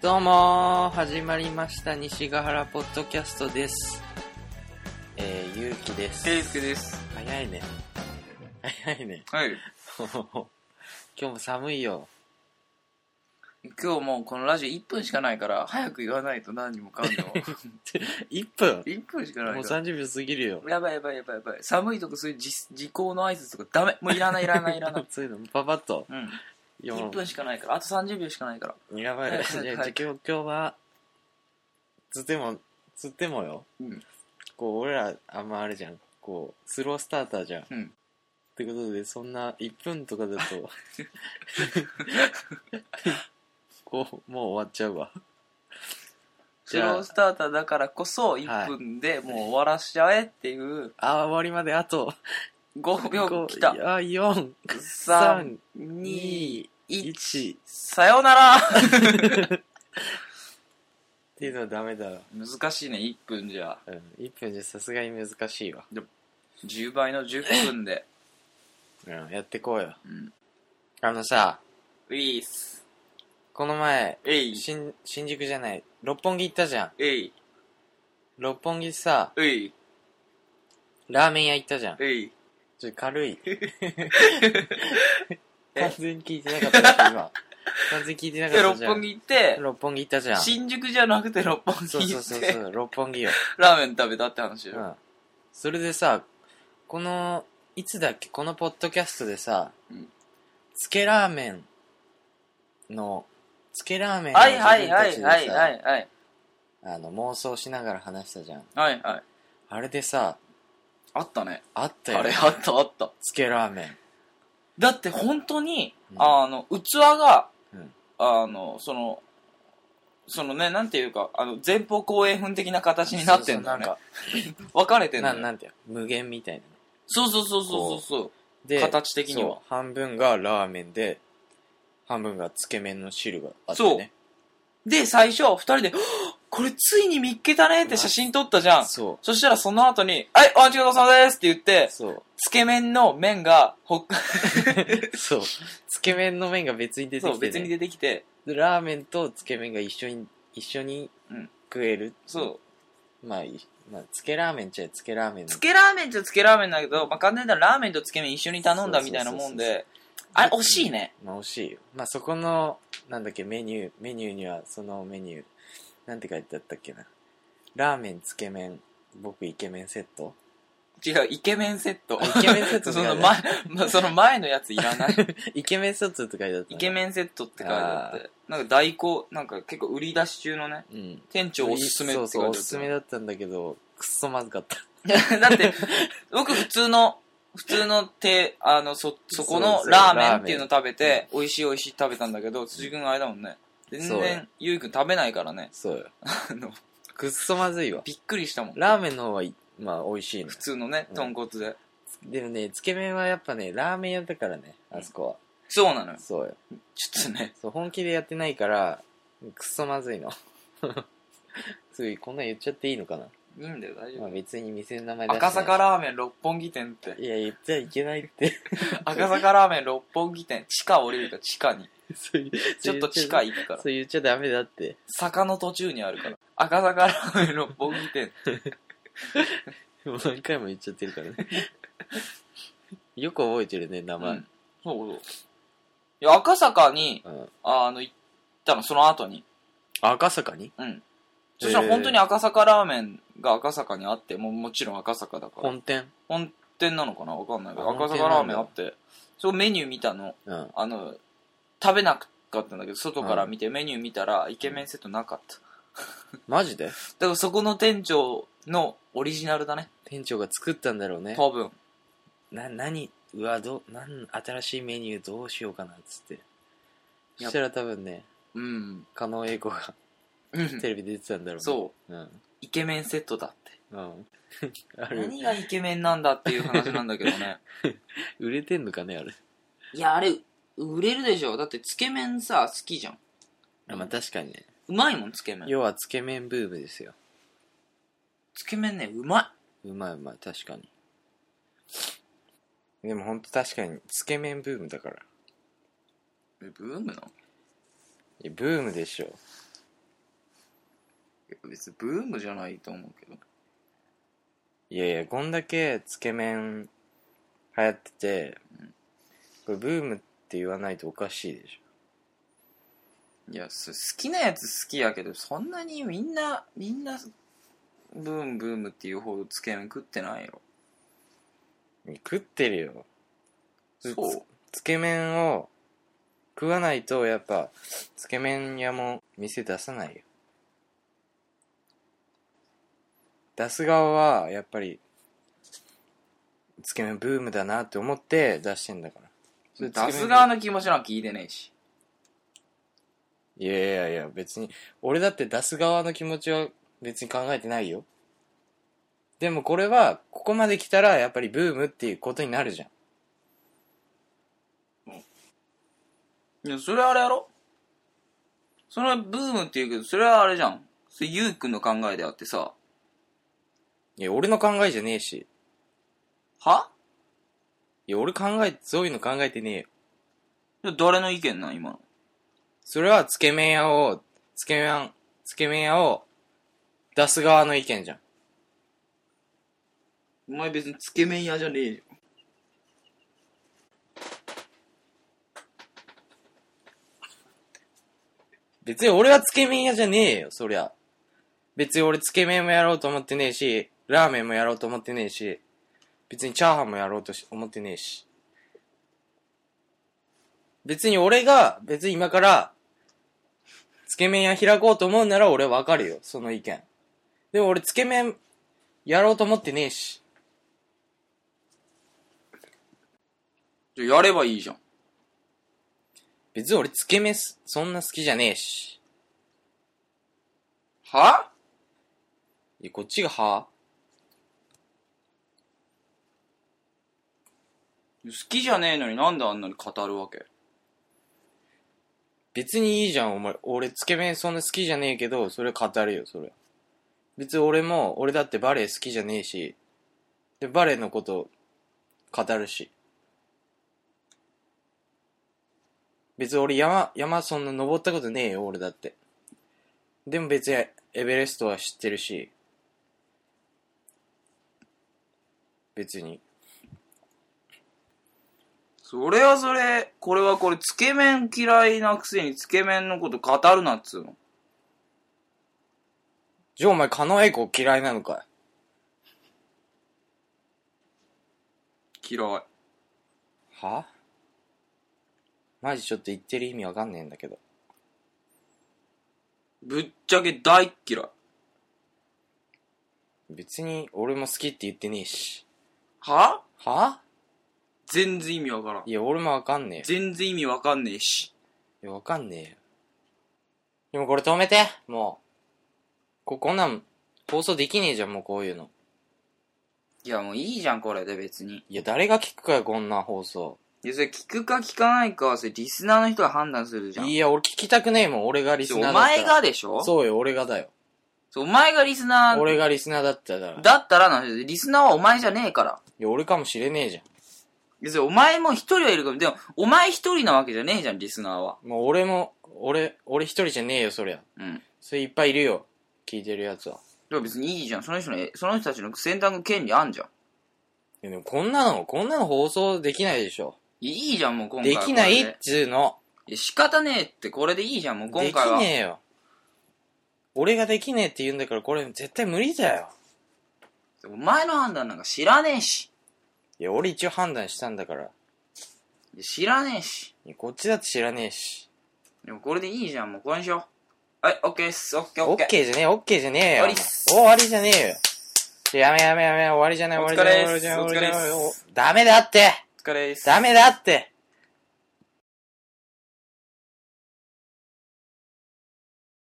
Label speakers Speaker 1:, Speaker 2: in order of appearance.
Speaker 1: どうもー始まりました西ヶ原ポッドキャストですえー、ゆうきです
Speaker 2: ケイスケです。
Speaker 1: 早いね早いね
Speaker 2: はい。
Speaker 1: 今日も寒いよ
Speaker 2: 今日もうこのラジオ1分しかないから、早く言わないと何にもかん の。
Speaker 1: 1分
Speaker 2: 1分しかな
Speaker 1: もう
Speaker 2: いから。
Speaker 1: 30秒過ぎるよ。
Speaker 2: やばいやばいやばいやばい。寒いとかそういう時時効の挨拶とかダメ。もういらないいらないいらない
Speaker 1: そういうのパパッと
Speaker 2: うん。
Speaker 1: 読
Speaker 2: 1分しかないから。あと30秒しかないから。
Speaker 1: むやばい
Speaker 2: はい
Speaker 1: じゃあじゃあ
Speaker 2: はい
Speaker 1: 今日今日はつってもつってもよ
Speaker 2: うん。
Speaker 1: こう俺らあんまあれじゃんこうスロースターターじゃん
Speaker 2: うん。
Speaker 1: ってことでそんな1分とか だとこうもう終わっちゃうわ
Speaker 2: ス
Speaker 1: じ
Speaker 2: ロ
Speaker 1: ゃあ
Speaker 2: ースターターだからこそ1分でもう終わらしちゃえっていう
Speaker 1: あー終わりまであと
Speaker 2: 5秒
Speaker 1: こう
Speaker 2: きた。
Speaker 1: あ4
Speaker 2: 3、
Speaker 1: 3
Speaker 2: 2、
Speaker 1: 2 1
Speaker 2: 1。
Speaker 1: っ
Speaker 2: さよなら
Speaker 1: ていうのはダメだわ、
Speaker 2: 難しいね、1分じゃ。
Speaker 1: うん、1分じゃさすがに難しいわ、
Speaker 2: 10倍の10分で。
Speaker 1: うん、やってこうよ
Speaker 2: うん。
Speaker 1: あのさ
Speaker 2: ウィース。
Speaker 1: この前
Speaker 2: えい。
Speaker 1: 新新宿じゃない六本木行ったじゃん
Speaker 2: えい。
Speaker 1: 六本木さ
Speaker 2: えい。
Speaker 1: ラーメン屋行ったじゃん
Speaker 2: えい。
Speaker 1: ちょっと軽 い。完全に聞いてなかったから今。完全に聞いてなか
Speaker 2: で、
Speaker 1: った
Speaker 2: 六
Speaker 1: じゃん。
Speaker 2: 本木行って、
Speaker 1: 六本木行ったじゃん。
Speaker 2: 新宿じゃなくて六本木
Speaker 1: そうそう
Speaker 2: 行
Speaker 1: そ
Speaker 2: っ
Speaker 1: う
Speaker 2: て、
Speaker 1: そう、六本木よ。
Speaker 2: ラーメン食べたって話
Speaker 1: う
Speaker 2: よ。
Speaker 1: ん。それでさ、この、いつだっけ、このポッドキャストでさ
Speaker 2: うん、
Speaker 1: つけラーメンの、つけラーメンの
Speaker 2: はいはいは
Speaker 1: 自分
Speaker 2: い
Speaker 1: た
Speaker 2: は
Speaker 1: ち
Speaker 2: い
Speaker 1: で
Speaker 2: は
Speaker 1: さ、
Speaker 2: いはい。
Speaker 1: あの、妄想しながら話したじゃん。
Speaker 2: はいはい。
Speaker 1: あれでさ、
Speaker 2: あったね。
Speaker 1: あった
Speaker 2: あ
Speaker 1: よ
Speaker 2: れ。あったあった。
Speaker 1: つけラーメン。
Speaker 2: だって本当に、
Speaker 1: うん
Speaker 2: あの、器が
Speaker 1: うん、
Speaker 2: あの、その、そのね、なんていうか、あの、前方後円墳的な形になってんだよね
Speaker 1: そう。
Speaker 2: 分かれて
Speaker 1: そうなん
Speaker 2: ん
Speaker 1: か、なな
Speaker 2: だよ。
Speaker 1: んていうの無限みたいな。
Speaker 2: そうそうそうそうそう。
Speaker 1: で
Speaker 2: 形的には
Speaker 1: そう半分がラーメンで半分がつけ麺の汁があってね
Speaker 2: で、最初、二人で、は ぁこれついに見っけたねって写真撮ったじゃん。
Speaker 1: そう
Speaker 2: そしたらその後に、はい、お待ちくださいですって言って、
Speaker 1: そう
Speaker 2: つけ麺の麺が、ほっ、
Speaker 1: そうつけ麺の麺が別に出て
Speaker 2: そう、
Speaker 1: きて、
Speaker 2: 別に
Speaker 1: ね、
Speaker 2: 出てきて、
Speaker 1: ラーメンとつけ麺が一緒に一緒に
Speaker 2: うん
Speaker 1: 食える、
Speaker 2: そう。
Speaker 1: まあいいまあつけラーメンっちゃつけラーメン
Speaker 2: つけラーメンっちゃつけラーメンだけど、まあ、完全なラーメンとつけ麺一緒に頼んだみたいなもん
Speaker 1: そうそう
Speaker 2: で、あれ、惜しいね。
Speaker 1: まあ惜しいよまあそこのなんだっけメニューメニューにはそのメニューなんて書いてあったっけなラーメンつけ麺僕イケメンセッ ト
Speaker 2: 違う、イケメンセット
Speaker 1: あ。イケメンセット
Speaker 2: その前、まあその前のやついらない。
Speaker 1: イケメンセットって書いてあった
Speaker 2: イ
Speaker 1: な
Speaker 2: ケメンセットって書いてあって、なんか代行、なんか結構売り出し中のね、
Speaker 1: うん
Speaker 2: 店長おすすめって書いて
Speaker 1: そうそう
Speaker 2: あ
Speaker 1: お
Speaker 2: っ
Speaker 1: すすめ
Speaker 2: て。
Speaker 1: だったんだけどくっそまずかった
Speaker 2: だって、僕普通の、普通のて、あの、そ、そこ
Speaker 1: そう
Speaker 2: の
Speaker 1: そう
Speaker 2: ラーメンっていうの
Speaker 1: ラ
Speaker 2: 食べて、美味しい美味しい食べたんだけど、辻君あれだもんね。全
Speaker 1: そうよ
Speaker 2: 然、ゆうくん食べないからね。
Speaker 1: そうよ
Speaker 2: あの、
Speaker 1: くっそまずいわ
Speaker 2: びっくりしたもん。
Speaker 1: ラーメンの方はいまあ美味しいの
Speaker 2: 普通のね
Speaker 1: う、ん
Speaker 2: 豚骨で。
Speaker 1: でもねつけ麺はやっぱねラーメン屋だからねあそこ
Speaker 2: そうなの
Speaker 1: は、
Speaker 2: よ。
Speaker 1: そうよ
Speaker 2: ちょっとね、
Speaker 1: そう本気でやってないからくっそまずいの すごいこんなん言っちゃっていいのかな、
Speaker 2: いいんだよ、大丈
Speaker 1: まあ、
Speaker 2: 夫。
Speaker 1: 別に店の名前出してない
Speaker 2: 赤坂ラーメン六本木店って。
Speaker 1: いや言っちゃいけないって
Speaker 2: 赤坂ラーメン六本木店。地下降りるか、地下に。
Speaker 1: そう言
Speaker 2: ちょっと地下
Speaker 1: い
Speaker 2: 行くから。
Speaker 1: そう言っちゃダメだって
Speaker 2: 坂の途中にあるから。赤坂ラーメン六本木店。
Speaker 1: もう何回も言っちゃってる からねよく覚えてるね名
Speaker 2: う
Speaker 1: 前
Speaker 2: ん。そうそう。いや、赤坂に、
Speaker 1: うん、
Speaker 2: あの、行ったの、その後に。
Speaker 1: 赤坂に
Speaker 2: うん。そしたら本当に赤坂ラーメンが赤坂にあって、もうもちろん赤坂だから。
Speaker 1: 本店
Speaker 2: 本店なのかなわかんないけど、
Speaker 1: あ本
Speaker 2: 赤
Speaker 1: 店
Speaker 2: 坂ラーメンあって、そうメニュー見たの、
Speaker 1: うん
Speaker 2: あの、食べなかったんだけど、外から見てメニュー見たら、イケメンセットなかった。
Speaker 1: マジで
Speaker 2: だからそこの店長のオリジナルだね、
Speaker 1: 店長が作ったんだろうね
Speaker 2: 多分。
Speaker 1: な何うわどなん新しいメニューどうしようかなっつって
Speaker 2: い
Speaker 1: そ
Speaker 2: や
Speaker 1: したら多分ね
Speaker 2: うん。
Speaker 1: 狩野英孝が
Speaker 2: うん
Speaker 1: テレビ出てたんだろうね
Speaker 2: そう
Speaker 1: うん
Speaker 2: う。イケメンセットだって。
Speaker 1: うん あれ
Speaker 2: 何がイケメンなんだっていう話なんだけ どね。
Speaker 1: 売れてんのかねあれ
Speaker 2: いや、あれ、売れるでしょ。だって、つけ麺さ、好きじゃん。
Speaker 1: あまあ確かにね
Speaker 2: うまいもん、つけ麺。
Speaker 1: 要はつけ麺ブームですよ
Speaker 2: つけ麺ね、うま
Speaker 1: うまいうまい確かにでもほんと確かにつけ麺ブームだから
Speaker 2: い。え、ブームない
Speaker 1: やブームでしょ
Speaker 2: 別にブームじゃないと思うけど。
Speaker 1: いやいや、こんだけつけ麺流行ってて、これブームって言わないとおかしいでし
Speaker 2: いや、そ好きなやつ好きやけど、そんなにみんな、みんな、ブームブームっていうほどつけ麺食ってないや
Speaker 1: ょ。
Speaker 2: ろ。
Speaker 1: 食ってるよ。
Speaker 2: そう
Speaker 1: つけ麺を食わないと、やっぱ、つけ麺屋も店出さないよ。出す側は、やっぱり、つけ麺ブームだなって思って出してんだから。それつけ
Speaker 2: 出
Speaker 1: 麺
Speaker 2: す側の気持ちなんか聞いてねえし。
Speaker 1: いやいやいや、別に、俺だって出す側の気持ちは別に考えてないよ。でもこれは、ここまで来たら、やっぱりブームっていうことになるじゃん。
Speaker 2: いや、それはあれやろそれはブームって言うけど、それはあれじゃん。それゆうくんの考えであってさ。
Speaker 1: いや、俺の考えじゃねえし。はいや、俺考え、そういうの考えてねえよ。
Speaker 2: じゃあ誰の意見なん今の。
Speaker 1: それは、つけ麺屋を、つけ麺、つけ麺屋を、出す側の意見じゃん。
Speaker 2: お前別につけ麺屋じゃねえよ。
Speaker 1: 別に俺はつけ麺屋じゃねえよ、そりゃ。別に俺つけ麺もやろうと思ってねえし、ラーメンもやろうと思ってねえし、別にチャーハンもやろうとし思ってねえし。別に俺が、別に今から、つけ麺屋開こうと思うなら俺わかるよ、その意見。でも俺つけ麺、やろうと思ってねえし。
Speaker 2: じゃあやればいいじゃん。
Speaker 1: 別に俺つけ麺す、そんな好きじゃねえし。はいや、こっちがは
Speaker 2: 好きじゃねえのになんであんなに語るわけ
Speaker 1: 別にいいじゃん、お前。俺、つけ麺そんな好きじゃねえけど、それ語るよ、それ。別に俺も、俺だってバレエ好きじゃねえし、で、バレエのこと、語るし。別に俺山、山そんな登ったことねえよ、俺だって。でも別にエベレストは知ってるし、別に。
Speaker 2: それはそれ、これはこれ、つけ麺嫌いなくせにつけ麺のこと語るなっつうの。
Speaker 1: じゃあお前、カノエコ嫌いなのかい
Speaker 2: 嫌い。
Speaker 1: はマジちょっと言ってる意味わかんねえんだけど。
Speaker 2: ぶっちゃけ大っ嫌い。
Speaker 1: 別に俺も好きって言ってねえし。
Speaker 2: は
Speaker 1: は
Speaker 2: 全然意味わからん。
Speaker 1: いや、俺もわかんねえよ。
Speaker 2: 全然意味わかんねえし。
Speaker 1: いや、わかんねえよ。でもこれ止めてもう。こ、こんなん、放送できねえじゃん、もうこういうの。
Speaker 2: いやもういいじゃん、これで別に。
Speaker 1: いや、誰が聞くかよ、こんな放送。
Speaker 2: いや、それ聞くか聞かないかは、それリスナーの人が判断するじゃん。
Speaker 1: いや、俺聞きたくねえもん、俺がリスナーだ
Speaker 2: お
Speaker 1: ったら。
Speaker 2: 前がでしょ
Speaker 1: そうよ、俺がだよ。
Speaker 2: そうお前がリスナー、
Speaker 1: 俺がリスナーだったら。い
Speaker 2: だったらなんだよリスナーはお前じゃねえから。
Speaker 1: や、俺かもしれねえじゃ
Speaker 2: いやそれお前も一人はいるかも。でも、お前一人なわけじゃねえじゃん、リスナーは。
Speaker 1: ん。もう俺も、俺、俺一人じゃねえよ、そりゃ。
Speaker 2: うん。
Speaker 1: それいっぱいいるよ。聞いてるやつは。
Speaker 2: でも別にいいじゃん。その人の、その人たちの選択の権利あんじゃん。
Speaker 1: いや、でもこんなの、こんなの放送できないでしょ。
Speaker 2: いいじゃん、もう今回
Speaker 1: で
Speaker 2: はこ
Speaker 1: き
Speaker 2: れ
Speaker 1: ないっつうの。
Speaker 2: いや仕方ねえって、これでいいじゃん、もう今回は。
Speaker 1: できねえよ俺ができねえって言うんだからこれ絶対無理だよ
Speaker 2: お前の判断なんか知らねえし。
Speaker 1: いや俺一応判断したんだから
Speaker 2: いや知らねえし。
Speaker 1: いやこっちだって知らねえし
Speaker 2: でもこれでいいじゃん、もうこれにしよう。はい、オッケーっす、オッケー
Speaker 1: オ
Speaker 2: オッケ
Speaker 1: ッ
Speaker 2: ー。
Speaker 1: ケーじゃねえオッケーじゃねえよ
Speaker 2: 終わりっす
Speaker 1: お終わりじゃねえよいややめやめやめ終わりじゃない
Speaker 2: お
Speaker 1: 終
Speaker 2: 疲
Speaker 1: わりじゃない終
Speaker 2: れ
Speaker 1: わ
Speaker 2: っ
Speaker 1: りじ
Speaker 2: す
Speaker 1: ゃない終わりじゃない
Speaker 2: お疲れっす
Speaker 1: おダメだって
Speaker 2: お疲れっす。
Speaker 1: ダメだって